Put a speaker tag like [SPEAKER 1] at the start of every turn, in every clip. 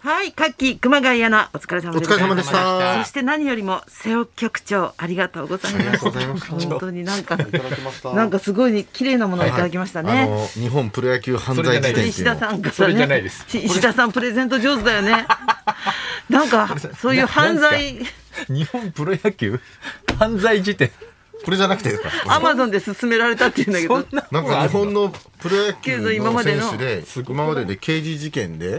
[SPEAKER 1] はい、カッキー熊谷アナ、お疲れ様でした。
[SPEAKER 2] お疲れ様でした
[SPEAKER 1] そして何よりも、瀬尾局長、ありがとうございます。
[SPEAKER 2] ありがとうございます
[SPEAKER 1] 本当になんか、
[SPEAKER 2] いただきました
[SPEAKER 1] なんかすごい綺麗なものをいただきました
[SPEAKER 2] あ
[SPEAKER 1] ね。
[SPEAKER 2] の日本プロ野球犯罪事件ってい
[SPEAKER 1] 石
[SPEAKER 2] うの
[SPEAKER 1] 田さんからね。
[SPEAKER 3] それじゃないです
[SPEAKER 1] し 石田さんプレゼント上手だよ ね。なんか、そういう犯罪、
[SPEAKER 3] 日本プロ野球犯罪辞典
[SPEAKER 2] これじゃなくて ですか
[SPEAKER 1] アマゾンで勧められたっていうんだけ
[SPEAKER 3] そ
[SPEAKER 1] ど
[SPEAKER 3] ん。な
[SPEAKER 2] なんか日本のプロ野球
[SPEAKER 1] けど今ま
[SPEAKER 2] の
[SPEAKER 1] で
[SPEAKER 2] 選
[SPEAKER 1] の
[SPEAKER 2] 手で今までで刑事事件で
[SPEAKER 3] ん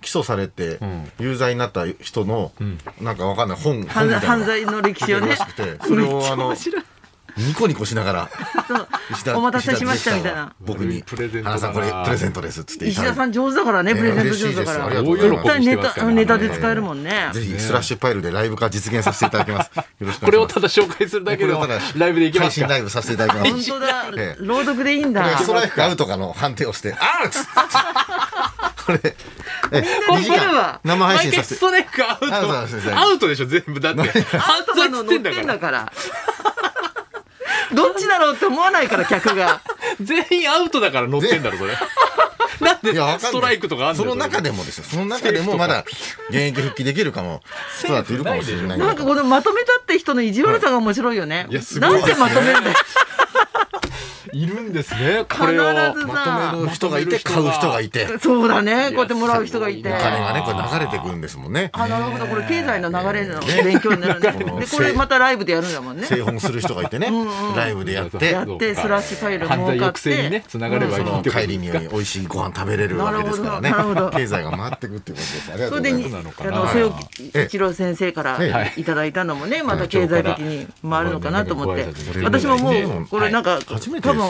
[SPEAKER 2] 起訴されて有罪になった人のなんかわかんない本本
[SPEAKER 1] 犯
[SPEAKER 2] み
[SPEAKER 1] 罪
[SPEAKER 2] たいな
[SPEAKER 1] 犯
[SPEAKER 2] のが
[SPEAKER 1] 罪の歴史
[SPEAKER 2] 出
[SPEAKER 1] を
[SPEAKER 2] てる
[SPEAKER 1] ね
[SPEAKER 2] らし。くてそれをあの
[SPEAKER 1] 面白い
[SPEAKER 2] ニコニコしながら
[SPEAKER 1] そう
[SPEAKER 2] 石田
[SPEAKER 1] お待たせしました
[SPEAKER 2] 石
[SPEAKER 1] み
[SPEAKER 2] 田
[SPEAKER 1] たいな。
[SPEAKER 2] 僕に
[SPEAKER 3] プレゼントだ
[SPEAKER 2] 原
[SPEAKER 3] な
[SPEAKER 2] さんこれプレゼントですっつってい
[SPEAKER 1] 石
[SPEAKER 2] ただい
[SPEAKER 1] 田
[SPEAKER 2] て
[SPEAKER 1] さん上手だからね、
[SPEAKER 2] ね
[SPEAKER 1] プレゼント上手だか
[SPEAKER 2] 嬉しいですあり
[SPEAKER 1] ら。
[SPEAKER 2] がとう
[SPEAKER 3] 大
[SPEAKER 2] ござ
[SPEAKER 1] 絶対
[SPEAKER 2] います
[SPEAKER 3] 喜びして
[SPEAKER 1] ネ
[SPEAKER 3] ます
[SPEAKER 1] タネ
[SPEAKER 3] からね
[SPEAKER 1] タで使えるもんね。
[SPEAKER 2] ぜひスラッシュパイルでライブ化実現させていただきます。よろしくお願いします。
[SPEAKER 3] これをただ紹介するだけの
[SPEAKER 2] これをただ
[SPEAKER 3] ライブでいきます
[SPEAKER 2] 配信ラ
[SPEAKER 3] か
[SPEAKER 2] イブさせていただきま
[SPEAKER 1] 本
[SPEAKER 2] す。
[SPEAKER 1] 当だ
[SPEAKER 2] え。え
[SPEAKER 1] 朗読でいいん
[SPEAKER 2] これ
[SPEAKER 1] だ。
[SPEAKER 2] ストライクアウトかの判定をして、アウトこれ、え、2時
[SPEAKER 1] これは
[SPEAKER 2] 間生配
[SPEAKER 3] 毎
[SPEAKER 2] 信さ
[SPEAKER 3] 回
[SPEAKER 2] せ
[SPEAKER 3] ス
[SPEAKER 2] て。
[SPEAKER 3] トライクアウ
[SPEAKER 2] アウトなんです
[SPEAKER 3] ト
[SPEAKER 2] よ
[SPEAKER 3] アウトでしょ全部だって
[SPEAKER 1] アウトな
[SPEAKER 3] 犯罪
[SPEAKER 1] の
[SPEAKER 3] っつ
[SPEAKER 1] 乗
[SPEAKER 3] っ
[SPEAKER 1] ってて
[SPEAKER 3] ん
[SPEAKER 1] ん
[SPEAKER 3] だ
[SPEAKER 1] だ
[SPEAKER 3] か
[SPEAKER 1] から。どっちだろうって思わないから客 が。
[SPEAKER 3] ら全員アウトだから乗ってんだろそれなんで
[SPEAKER 2] いやわかんない
[SPEAKER 3] ストライクとかあん
[SPEAKER 2] その中
[SPEAKER 3] で
[SPEAKER 2] でもですよ。その中でもまだ現役復帰できるかも、人だっているかもしれない。
[SPEAKER 1] なんかこのまとめたって人の意地悪さが面白いよね。
[SPEAKER 3] いやすごい
[SPEAKER 1] なんでまとめるんだよ。
[SPEAKER 3] いるんですねこ
[SPEAKER 1] 必
[SPEAKER 3] れを
[SPEAKER 1] ず
[SPEAKER 2] まと
[SPEAKER 1] さ。
[SPEAKER 2] める人がいて、買う人がいて、
[SPEAKER 1] そうだね。こうやってもらう人がい
[SPEAKER 3] い
[SPEAKER 1] て。
[SPEAKER 2] お
[SPEAKER 3] やすごい
[SPEAKER 2] 金がね、これ流れてくるんですもんね。
[SPEAKER 1] あ、なるほど。これ経済の流れの
[SPEAKER 2] ね
[SPEAKER 1] 勉強になるね。
[SPEAKER 2] この
[SPEAKER 1] で、これまたライブでやるんだもんね。
[SPEAKER 2] 製本する人がいてね、ライブでやって
[SPEAKER 1] や、ってスラッシュファイル
[SPEAKER 3] 犯罪
[SPEAKER 1] 儲かっ
[SPEAKER 3] 抑制に
[SPEAKER 1] て
[SPEAKER 3] ね。つながればい
[SPEAKER 2] そ
[SPEAKER 3] い
[SPEAKER 2] の
[SPEAKER 3] ってこと
[SPEAKER 2] 帰りに
[SPEAKER 3] ですか
[SPEAKER 2] 美味しいご飯食べれるわけですからね
[SPEAKER 1] なるほどなるほど
[SPEAKER 2] 経済が回ってくっていうことですありが
[SPEAKER 1] そ
[SPEAKER 2] とう
[SPEAKER 1] れ
[SPEAKER 2] ご
[SPEAKER 1] で
[SPEAKER 2] ざ
[SPEAKER 1] に
[SPEAKER 2] います
[SPEAKER 3] なのか
[SPEAKER 1] あ
[SPEAKER 3] な
[SPEAKER 1] の瀬尾
[SPEAKER 2] ええ
[SPEAKER 1] 一郎先生から
[SPEAKER 2] え
[SPEAKER 1] いただいたのもね、また
[SPEAKER 3] はい
[SPEAKER 1] 経済的に回るのかなと思って
[SPEAKER 3] はい
[SPEAKER 1] 私もも
[SPEAKER 2] ねえ
[SPEAKER 1] うこれなんか
[SPEAKER 2] 初めて
[SPEAKER 1] 多
[SPEAKER 2] です
[SPEAKER 1] 分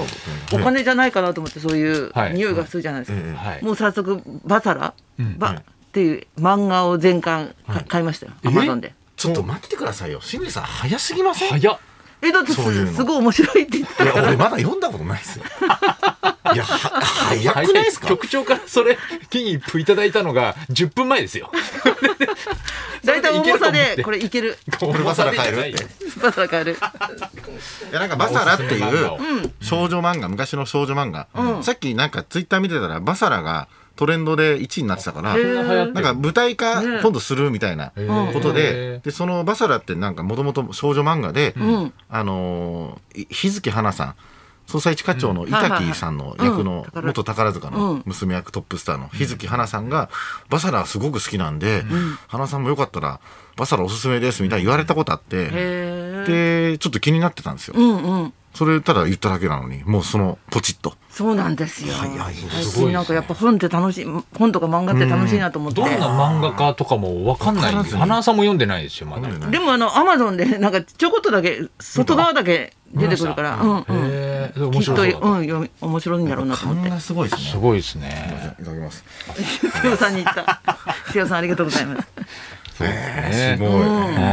[SPEAKER 1] お金じゃないかなと思ってそういう
[SPEAKER 3] はい
[SPEAKER 1] 匂いがするじゃないですか、
[SPEAKER 2] え
[SPEAKER 3] はい
[SPEAKER 1] もう早速「バサラ」バ
[SPEAKER 2] はい
[SPEAKER 1] っていう漫画を全巻か買いましたよアマゾンで。
[SPEAKER 2] ちょっと待ってくださいよ清水さん早すぎませんい
[SPEAKER 3] 早っ
[SPEAKER 1] えだって
[SPEAKER 2] そういうの
[SPEAKER 1] すすごい面白いって言って た
[SPEAKER 2] や
[SPEAKER 1] から
[SPEAKER 2] 俺まだ読んだことないですよ いやは早くないですか
[SPEAKER 3] 局長からそれ金一封いただいたのが10分前ですよ
[SPEAKER 1] 大体重さ
[SPEAKER 3] いけると思っ
[SPEAKER 1] で
[SPEAKER 3] て
[SPEAKER 1] これいける
[SPEAKER 3] こ
[SPEAKER 2] これバサラ買えるって
[SPEAKER 1] バサラ買える
[SPEAKER 2] いやなんかバサラってい
[SPEAKER 3] おすすめ漫画を
[SPEAKER 2] う少女漫画昔の少女漫画さっきなんかツイッター見てたらバサラがトレンドで1位になってたからなんか舞台化
[SPEAKER 1] ね
[SPEAKER 2] 今度するみたいなこと
[SPEAKER 3] へ
[SPEAKER 2] で、で、そのバサラってなんかもともと少女漫画で、
[SPEAKER 1] ん
[SPEAKER 2] あのー、い日月花さん、捜査一課長の板木さんの役の
[SPEAKER 1] うん
[SPEAKER 2] 元宝塚の娘役トップスターの日月花さんがバサラすごく好きなんで、花さんもよかったらバサラおすすめですみたいな言われたことあって、
[SPEAKER 1] へえ
[SPEAKER 2] で、ちょっと気になってたんですよ
[SPEAKER 1] う。んうん
[SPEAKER 2] それただ言っただけなのに、もうそのポチッと。
[SPEAKER 1] そうなんですよ
[SPEAKER 2] 早いね
[SPEAKER 1] 最
[SPEAKER 3] すごいです
[SPEAKER 1] 近
[SPEAKER 3] ね
[SPEAKER 1] なんかやっぱ本って楽しい本とか漫画って楽しいなと思って
[SPEAKER 3] どんな漫画家とかもわかんないん
[SPEAKER 2] わから
[SPEAKER 3] です
[SPEAKER 2] ずに
[SPEAKER 3] 花さんも読んでないですよまだ
[SPEAKER 2] 読んでない
[SPEAKER 1] でもあのアマゾンでなんかちょこっとだけ外側だけ出てくるから、うんうん、
[SPEAKER 3] へえ面
[SPEAKER 1] きっ
[SPEAKER 3] 白
[SPEAKER 1] と
[SPEAKER 3] そううんだった
[SPEAKER 1] 読み面白いんだろうなと思っ
[SPEAKER 2] 勘
[SPEAKER 1] て
[SPEAKER 2] がすごいです
[SPEAKER 3] す
[SPEAKER 2] ね。
[SPEAKER 3] ごいですね
[SPEAKER 2] いただきます。
[SPEAKER 1] 瀬尾さんに言 った瀬尾さんありがとうございます
[SPEAKER 2] えーすごい。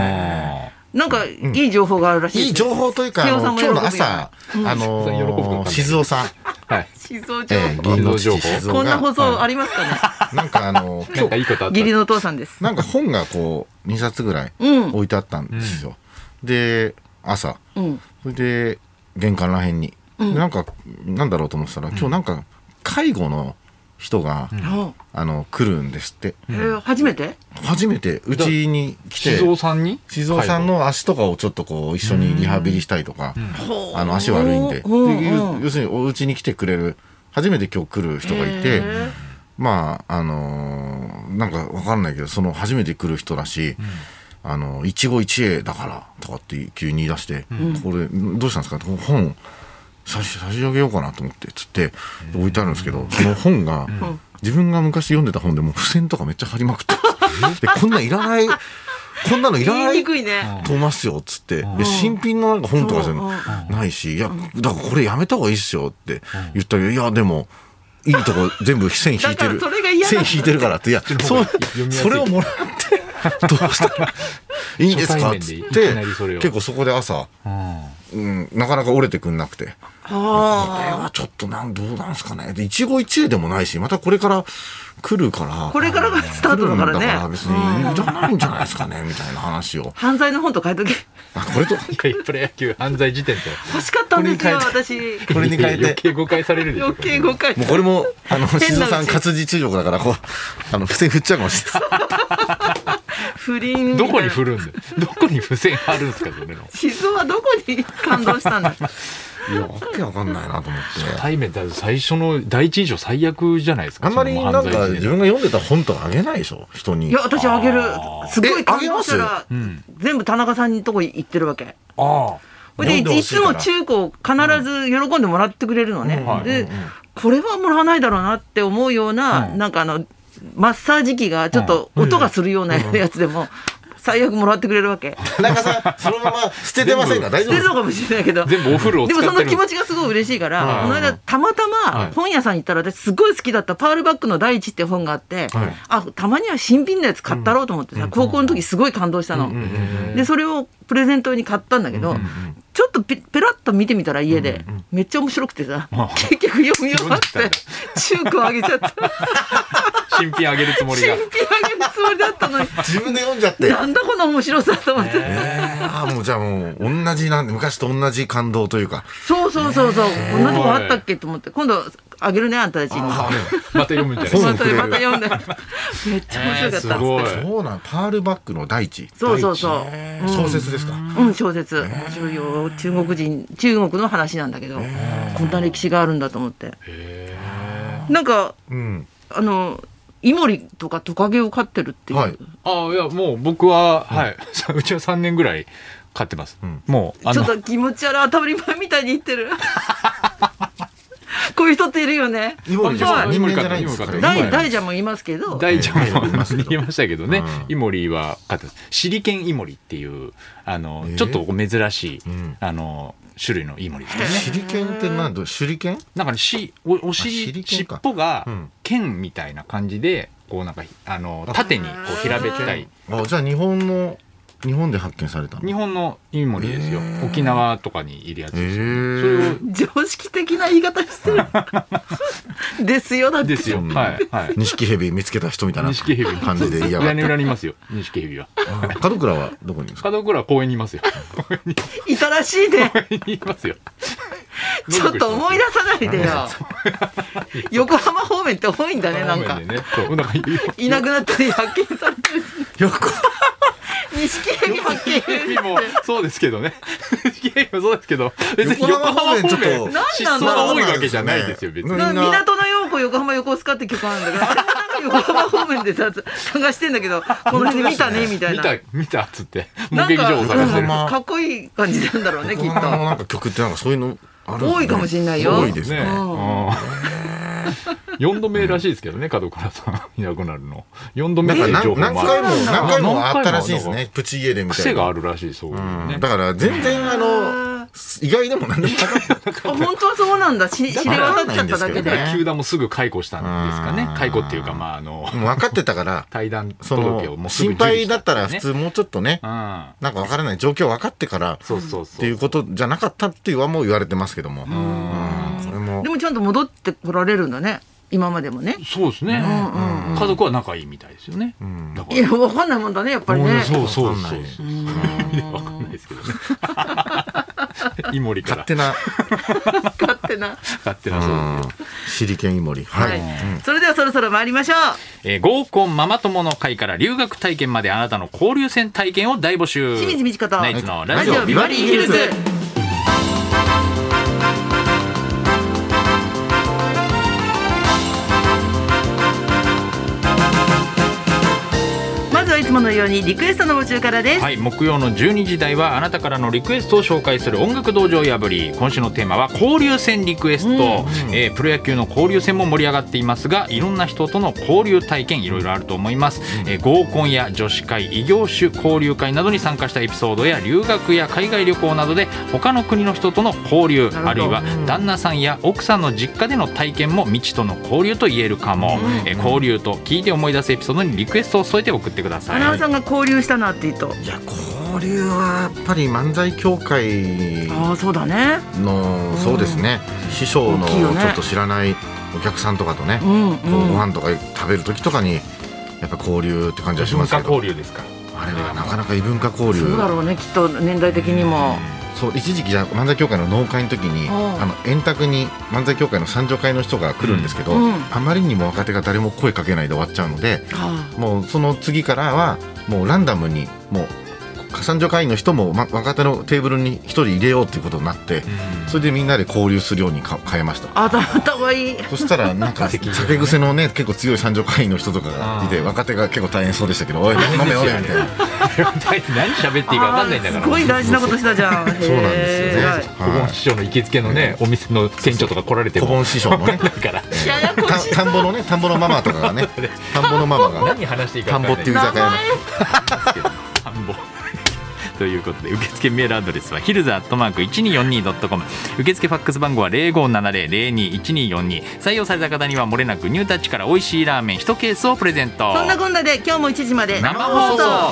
[SPEAKER 1] なんかいい情報があるらしい
[SPEAKER 2] いい情報というか、あ
[SPEAKER 1] 瀬尾
[SPEAKER 2] の
[SPEAKER 1] さん
[SPEAKER 2] 今
[SPEAKER 1] も
[SPEAKER 2] 日
[SPEAKER 1] 喜ぶよ
[SPEAKER 2] の朝、あの
[SPEAKER 3] 瀬尾さん喜ぶかな
[SPEAKER 2] 静雄 さん、
[SPEAKER 3] はい
[SPEAKER 1] 思想情
[SPEAKER 2] え
[SPEAKER 1] 報、
[SPEAKER 2] ー、銀の父
[SPEAKER 3] 静雄情報
[SPEAKER 2] 静雄
[SPEAKER 1] こんな
[SPEAKER 2] が、
[SPEAKER 1] 放送ありますかね、
[SPEAKER 2] なんかあ の、
[SPEAKER 3] なんかいいことあった
[SPEAKER 1] 義理のお父さんです
[SPEAKER 2] なんか本がこう、2冊ぐらい
[SPEAKER 1] うん
[SPEAKER 2] 置いてあったんですよ。で、朝、
[SPEAKER 1] うん
[SPEAKER 2] それで、玄関らへんに。でなんか、なんだろうと思ってたら、今日なんか、介護の人が、
[SPEAKER 1] あ
[SPEAKER 2] あの、来るんですって。
[SPEAKER 1] えー初めて
[SPEAKER 2] 初めて、うちに来て
[SPEAKER 3] 静、雄さんに
[SPEAKER 2] 静雄さんの足とかをちょっとこう、一緒にリハビリしたりとか、
[SPEAKER 1] ほう
[SPEAKER 2] あの足悪いんで
[SPEAKER 1] うん
[SPEAKER 2] で
[SPEAKER 1] うん
[SPEAKER 2] 要するにお家に来てくれる初めて今日来る人がいて
[SPEAKER 1] へー
[SPEAKER 2] まああのーなんかわかんないけどその初めて来る人だし、あの一期一会だからとかって急に言い出して、これどうしたんですかってこの本差し差し上げようかなと思ってつって置いてあるんですけど、その本が、自分が昔読んでた本でもう付箋とかめっちゃ貼りま くってでこんなんいらないこんなのいら
[SPEAKER 1] 言
[SPEAKER 2] ないい
[SPEAKER 1] にくいね
[SPEAKER 2] 飛ますよっつって、で新品のなんか本とかじゃないし、いや、だからこれやめた方がいいっすよって言ったけど、いや、でも、いいとこ全部線引いて
[SPEAKER 1] だから
[SPEAKER 2] る。
[SPEAKER 1] それが嫌なん
[SPEAKER 2] 線
[SPEAKER 1] だ
[SPEAKER 2] 引いてるからって、いや、そう、それをもらって、どうしたらいいんです
[SPEAKER 3] 初対
[SPEAKER 2] かっ
[SPEAKER 3] 面
[SPEAKER 2] つ
[SPEAKER 3] で
[SPEAKER 2] っ
[SPEAKER 3] いき
[SPEAKER 2] て
[SPEAKER 3] なりそれ、を
[SPEAKER 2] 結構そこで朝、うん、なかなか折れてくんなくて。これ
[SPEAKER 1] あ
[SPEAKER 2] はちょっとなん、どうなんすかね。で一期一会でもないし、またこれから来るから
[SPEAKER 1] これからがスタートだからね
[SPEAKER 2] 来るんだから別にじゃないんじゃないですかねみたいな話を
[SPEAKER 1] 犯罪の本と変えとけ。
[SPEAKER 2] あこれと
[SPEAKER 3] 一回プロ野球犯罪辞典と。
[SPEAKER 1] 欲しかったんですよ、
[SPEAKER 2] これ
[SPEAKER 1] 私。
[SPEAKER 2] これに変え
[SPEAKER 3] 余
[SPEAKER 2] て
[SPEAKER 3] 計誤解されるでしょ。
[SPEAKER 1] 余計誤解。
[SPEAKER 2] もうこれもあの
[SPEAKER 1] 変な
[SPEAKER 2] 静
[SPEAKER 1] うち
[SPEAKER 2] 雄さん活字中力だからこうあの付箋振っちゃうかもしれない
[SPEAKER 1] 不倫みた
[SPEAKER 3] ど
[SPEAKER 1] いな。
[SPEAKER 3] こに振るんだよ。どこに付箋貼るんですか、それの。
[SPEAKER 1] 静雄はどこに感動したんだ。
[SPEAKER 2] いやわけわかんないなと思って
[SPEAKER 3] 対面だと最初の第一印象最悪じゃないですか。
[SPEAKER 2] あんまりなんか
[SPEAKER 3] その犯罪
[SPEAKER 2] 自分が読んでた本とかあげないでしょ人に
[SPEAKER 1] いや、私あげる。すご
[SPEAKER 2] え
[SPEAKER 1] い感動したら
[SPEAKER 3] げます、
[SPEAKER 1] 全部田中さんのとこ行ってるわけ。
[SPEAKER 3] あ
[SPEAKER 1] これ
[SPEAKER 2] 読ん
[SPEAKER 1] で
[SPEAKER 2] で
[SPEAKER 1] い
[SPEAKER 2] ほしい
[SPEAKER 1] つ
[SPEAKER 2] から
[SPEAKER 1] も中古を必ず喜んでもらってくれるのね、
[SPEAKER 3] はい
[SPEAKER 1] でこれはもらわないだろうなって思うような、
[SPEAKER 3] うん
[SPEAKER 1] なんかあのマッサージ機がちょっと音がするようなやつでも、最悪もらってくれるわけ
[SPEAKER 2] 田中さんそのまま捨ててませんが大丈夫
[SPEAKER 1] 出
[SPEAKER 2] です
[SPEAKER 1] るのかもしれないけど
[SPEAKER 3] あ。全部お風呂を
[SPEAKER 1] で
[SPEAKER 3] 使
[SPEAKER 1] も
[SPEAKER 3] って
[SPEAKER 1] そ
[SPEAKER 3] るん
[SPEAKER 1] の気持
[SPEAKER 3] ち。
[SPEAKER 1] ちがすごい嬉しいから、
[SPEAKER 3] はい
[SPEAKER 1] この間たまた
[SPEAKER 3] は
[SPEAKER 1] ま
[SPEAKER 3] い
[SPEAKER 1] 本屋さん行ったら私すごい好きだった「パールバックの第一」って本があって、
[SPEAKER 3] はい
[SPEAKER 1] あたまには新品のやつ買ったろうと思ってさ、高校の時すごい感動したの、でそれをプレゼントに買ったんだけど、ちょっとペペラッと見てみたら家で、めっちゃ面白くてさ、結局読み終わっ
[SPEAKER 3] 読ん
[SPEAKER 1] て
[SPEAKER 3] じ
[SPEAKER 1] 中古あげちゃった
[SPEAKER 3] 新品あげるつもり
[SPEAKER 1] 新品
[SPEAKER 3] が
[SPEAKER 1] あ。げるつもりだったのに
[SPEAKER 2] 自分で読んじゃって
[SPEAKER 1] なんだこの面白さと思って、
[SPEAKER 2] えー、あーもうじゃあもう同じなんで昔と同じ感動というか
[SPEAKER 1] そうそうそうそう、こんなとこあったっけと思って今度あげるねあんたたちに。
[SPEAKER 2] あ
[SPEAKER 3] また読むんじゃないです
[SPEAKER 2] 本
[SPEAKER 3] か。
[SPEAKER 1] またまた読んで めっちゃ面白かった、
[SPEAKER 3] えーすごい
[SPEAKER 2] ーそうなんパールバックの大地
[SPEAKER 1] そうそうそう
[SPEAKER 2] 大地えー小説ですか、
[SPEAKER 1] うん小説面白いよ中国人中国の話なんだけど、こんな歴史があるんだと思ってなんか
[SPEAKER 2] うん
[SPEAKER 1] あのイモリとかトカゲを飼ってるっていう、
[SPEAKER 2] はい
[SPEAKER 3] ああ、いや、もう僕は、はい。 うちは3年ぐらい飼ってます
[SPEAKER 2] ん。
[SPEAKER 3] もう、あ
[SPEAKER 1] ちょ
[SPEAKER 3] の
[SPEAKER 1] っ、と気持ち悪い当たり前みたいに言って るこういう人っているよね
[SPEAKER 2] イモリです
[SPEAKER 1] は
[SPEAKER 2] か
[SPEAKER 1] い
[SPEAKER 2] イモリじゃないんですか
[SPEAKER 3] イモリ飼って
[SPEAKER 1] 大
[SPEAKER 3] る
[SPEAKER 2] イモ
[SPEAKER 1] 大ちゃんもいますけど
[SPEAKER 3] 大ちゃんも言いましたけどね、
[SPEAKER 2] うん
[SPEAKER 3] イモリは飼ってますシリケンイモリっていうあの、
[SPEAKER 2] えー
[SPEAKER 3] ちょっと珍しい、
[SPEAKER 2] ん
[SPEAKER 3] あの種類のイモリです
[SPEAKER 2] リ
[SPEAKER 3] ね
[SPEAKER 2] 手裏剣って何だ手裏剣
[SPEAKER 3] なんかねしおお
[SPEAKER 2] あシリ
[SPEAKER 3] 尻
[SPEAKER 2] ケン
[SPEAKER 3] 尻
[SPEAKER 2] か
[SPEAKER 3] 尾が
[SPEAKER 2] うん
[SPEAKER 3] 剣みたいな感じでこうなんかあの縦にこう平べったい
[SPEAKER 2] あじゃあ日本の日本で発見されたの
[SPEAKER 3] 日本のイモリですよ、
[SPEAKER 2] へー
[SPEAKER 3] 沖縄とかにいるやつ
[SPEAKER 2] え
[SPEAKER 3] です、それ
[SPEAKER 2] ー
[SPEAKER 3] を
[SPEAKER 1] 常識的な言い方して るですよだって
[SPEAKER 3] ですよ
[SPEAKER 2] うん
[SPEAKER 3] はいはい
[SPEAKER 2] 錦蛇見つけた人みたいな
[SPEAKER 3] 錦蛇
[SPEAKER 2] 感じで嫌が
[SPEAKER 3] 屋
[SPEAKER 2] って
[SPEAKER 3] 根裏 にいますよ錦蛇は
[SPEAKER 2] 門倉はどこにいるんですか
[SPEAKER 3] 門倉公園にいますよ公園に
[SPEAKER 1] いたらしいね
[SPEAKER 3] 公園にいま すよ
[SPEAKER 1] ちょっと思い出さないでよ。 横浜方面って多いんだね、なんか
[SPEAKER 3] ラーメ。ンでねそうなんか
[SPEAKER 1] いなくなったり発見されたりする。
[SPEAKER 2] よく
[SPEAKER 1] 錦蛇発見。
[SPEAKER 3] もそうですけどね。もそうですけど、別
[SPEAKER 2] 横
[SPEAKER 3] に横
[SPEAKER 2] 浜方
[SPEAKER 3] 浜方
[SPEAKER 2] 面
[SPEAKER 3] 面
[SPEAKER 2] ちょっと
[SPEAKER 3] 失踪が多いわけじゃないですよ、別に。
[SPEAKER 2] な
[SPEAKER 1] なんん
[SPEAKER 2] か
[SPEAKER 1] か港の陽子、横浜横須賀って曲あるんだけど、あれもなんか横浜方面でさ探してんだけど、この辺で見たね、みたい
[SPEAKER 3] 見
[SPEAKER 1] な。
[SPEAKER 3] た、見たっつって、目
[SPEAKER 1] な
[SPEAKER 3] 撃
[SPEAKER 1] ん
[SPEAKER 3] 情報
[SPEAKER 1] か、
[SPEAKER 3] 探して
[SPEAKER 1] うん。
[SPEAKER 3] る
[SPEAKER 2] ま
[SPEAKER 1] かっこいい感じなんだろうね、きっ
[SPEAKER 2] 横浜の
[SPEAKER 1] と。
[SPEAKER 2] なんか曲ってなんかそういうのあるんですね
[SPEAKER 1] 多いかもしれないよ
[SPEAKER 2] 多いですね
[SPEAKER 3] ね。
[SPEAKER 1] うん
[SPEAKER 3] 4度目らしいですけどね、門倉さん、いなくなるの。4度
[SPEAKER 2] だ
[SPEAKER 3] 目っ
[SPEAKER 2] か
[SPEAKER 3] て
[SPEAKER 2] らな
[SPEAKER 3] いう情
[SPEAKER 2] 何
[SPEAKER 3] 報も
[SPEAKER 2] 回
[SPEAKER 3] ある
[SPEAKER 2] も何回もあったらしいです。
[SPEAKER 3] なんか
[SPEAKER 2] ねプチ家でみた
[SPEAKER 3] 癖
[SPEAKER 2] い
[SPEAKER 3] が
[SPEAKER 2] な
[SPEAKER 3] あるらしい、そういう
[SPEAKER 2] う
[SPEAKER 3] ね
[SPEAKER 2] ん。だから全然あの意外でも何でもなかった
[SPEAKER 1] あ本当はそうなんだ。し知れ渡っちゃっただけ
[SPEAKER 2] わかんないんですけど
[SPEAKER 1] で。
[SPEAKER 2] ね
[SPEAKER 3] 球団もすぐ解雇したんですかね
[SPEAKER 2] うん。
[SPEAKER 3] 解雇っていうか、まあ、あの、
[SPEAKER 2] もう分かってた から
[SPEAKER 3] 対談
[SPEAKER 2] そ
[SPEAKER 3] 届をも
[SPEAKER 2] の
[SPEAKER 3] うすぐ
[SPEAKER 2] 心
[SPEAKER 3] 受理
[SPEAKER 2] 配
[SPEAKER 3] し
[SPEAKER 2] だったら
[SPEAKER 3] ん
[SPEAKER 2] 普
[SPEAKER 3] です
[SPEAKER 2] 通
[SPEAKER 3] ね
[SPEAKER 2] もうちょっとね
[SPEAKER 3] うん。
[SPEAKER 2] なんか分からない状況分かってからっ
[SPEAKER 3] そうそうそう。
[SPEAKER 2] ていうことじゃなかったっていうはもう言われてますけどもうんこれも
[SPEAKER 1] でもちゃんと戻ってこられるんだね。今までもね。
[SPEAKER 3] そうですね、家族は仲いいみたいですよね、だか
[SPEAKER 1] いや、わかんないもんだね、やっぱり
[SPEAKER 3] もう
[SPEAKER 1] ね。
[SPEAKER 3] そうそう
[SPEAKER 2] わかんな
[SPEAKER 3] そ
[SPEAKER 2] いう
[SPEAKER 3] そうわかんないですけどね イモリ
[SPEAKER 2] 勝
[SPEAKER 3] から
[SPEAKER 2] 手な
[SPEAKER 1] 勝手な。
[SPEAKER 3] 勝手なそうですよ
[SPEAKER 2] 手裏剣イモリ
[SPEAKER 1] は
[SPEAKER 2] はいい。
[SPEAKER 1] それではそろそろ参りましょう。
[SPEAKER 3] えー合コンママ友の会から留学体験まであなたの交流戦体験を大募集
[SPEAKER 1] 清水美智子と
[SPEAKER 3] ナイツのラジオビバリーヒルズ
[SPEAKER 1] ラジオビバリーヒルズまずはいつものようにリクエストの募集からです。
[SPEAKER 3] はい木曜の12時台はあなたからのリクエストを紹介する音楽道場破り今週のテーマは交流戦リクエスト、えープロ野球の交流戦も盛り上がっていますがいろんな人との交流体験いろいろあると思います、えー合コンや女子会異業種交流会などに参加したエピソードや留学や海外旅行などで他の国の人との交流
[SPEAKER 1] なるほど
[SPEAKER 3] あるいは
[SPEAKER 1] うん
[SPEAKER 3] 旦那さんや奥さんの実家での体験も未知との交流と言えるかも、えー交流と聞いて思い出すエピソードにリクエストを添えて送ってくださ
[SPEAKER 1] ア
[SPEAKER 3] い
[SPEAKER 1] ナウンサーが交流したなっていうと。
[SPEAKER 2] いや交流はやっぱり漫才協会
[SPEAKER 1] ああ、そうだね。
[SPEAKER 2] のそうですね師匠の
[SPEAKER 1] 大
[SPEAKER 2] ち
[SPEAKER 1] きいよ
[SPEAKER 2] ょ
[SPEAKER 1] ね
[SPEAKER 2] っと知らないお客さんとかとね、
[SPEAKER 1] うんうん
[SPEAKER 2] こうご飯とか食べる時とかにやっぱ交流って感じはしま
[SPEAKER 3] 文
[SPEAKER 2] す
[SPEAKER 3] 化
[SPEAKER 2] けど
[SPEAKER 3] 交流ですから
[SPEAKER 2] あれはなかなか異文化交流
[SPEAKER 1] そうだろうねきっと年代的にも
[SPEAKER 2] そう一時期じゃ漫才協会の農会の時に
[SPEAKER 1] うん
[SPEAKER 2] あの円卓に漫才協会の参上会の人が来るんですけど、
[SPEAKER 1] うん
[SPEAKER 2] あまりにも若手が誰も声かけないで終わっちゃうので
[SPEAKER 1] あ
[SPEAKER 2] もうその次からはもうランダムにもう参上会員の人も、ま、若手のテーブルに一人入れようっていうことになってそれでみんなで交流するようにか変えました。
[SPEAKER 1] あ頭がいい
[SPEAKER 2] そしたらなんか酒癖のね結構強い参上会員の人とかがいて
[SPEAKER 3] あー
[SPEAKER 2] 若手が結構大変そうでしたけど「おい飲め飲め」みたいな
[SPEAKER 3] 何喋っていいか分かんないんだか
[SPEAKER 1] あー
[SPEAKER 3] ら
[SPEAKER 1] すごい大事なことしたじ ゃんそうなん
[SPEAKER 2] そうなんですよね。
[SPEAKER 3] 小盆
[SPEAKER 2] はい
[SPEAKER 3] 師匠の行きつけのねお店の店長とか来られて
[SPEAKER 2] 小
[SPEAKER 3] も
[SPEAKER 2] 盆師匠のね
[SPEAKER 3] だから
[SPEAKER 1] ややこ
[SPEAKER 2] た
[SPEAKER 1] しい
[SPEAKER 2] 田んぼのね田んぼのママとかがね田んぼのママがね
[SPEAKER 3] 何話していいか
[SPEAKER 2] 田ん
[SPEAKER 3] 分
[SPEAKER 2] ぼ
[SPEAKER 3] か
[SPEAKER 2] って
[SPEAKER 3] んない
[SPEAKER 2] いう居酒屋の
[SPEAKER 3] 田んぼということで受付メールアドレスはヒルズアットマーク 1242.com 受付ファックス番号は0570021242採用された方にはもれなくニュータッチから美味しいラーメン1ケースをプレゼント
[SPEAKER 1] そんなこんなで今日も1時まで
[SPEAKER 3] 生放送
[SPEAKER 4] 放送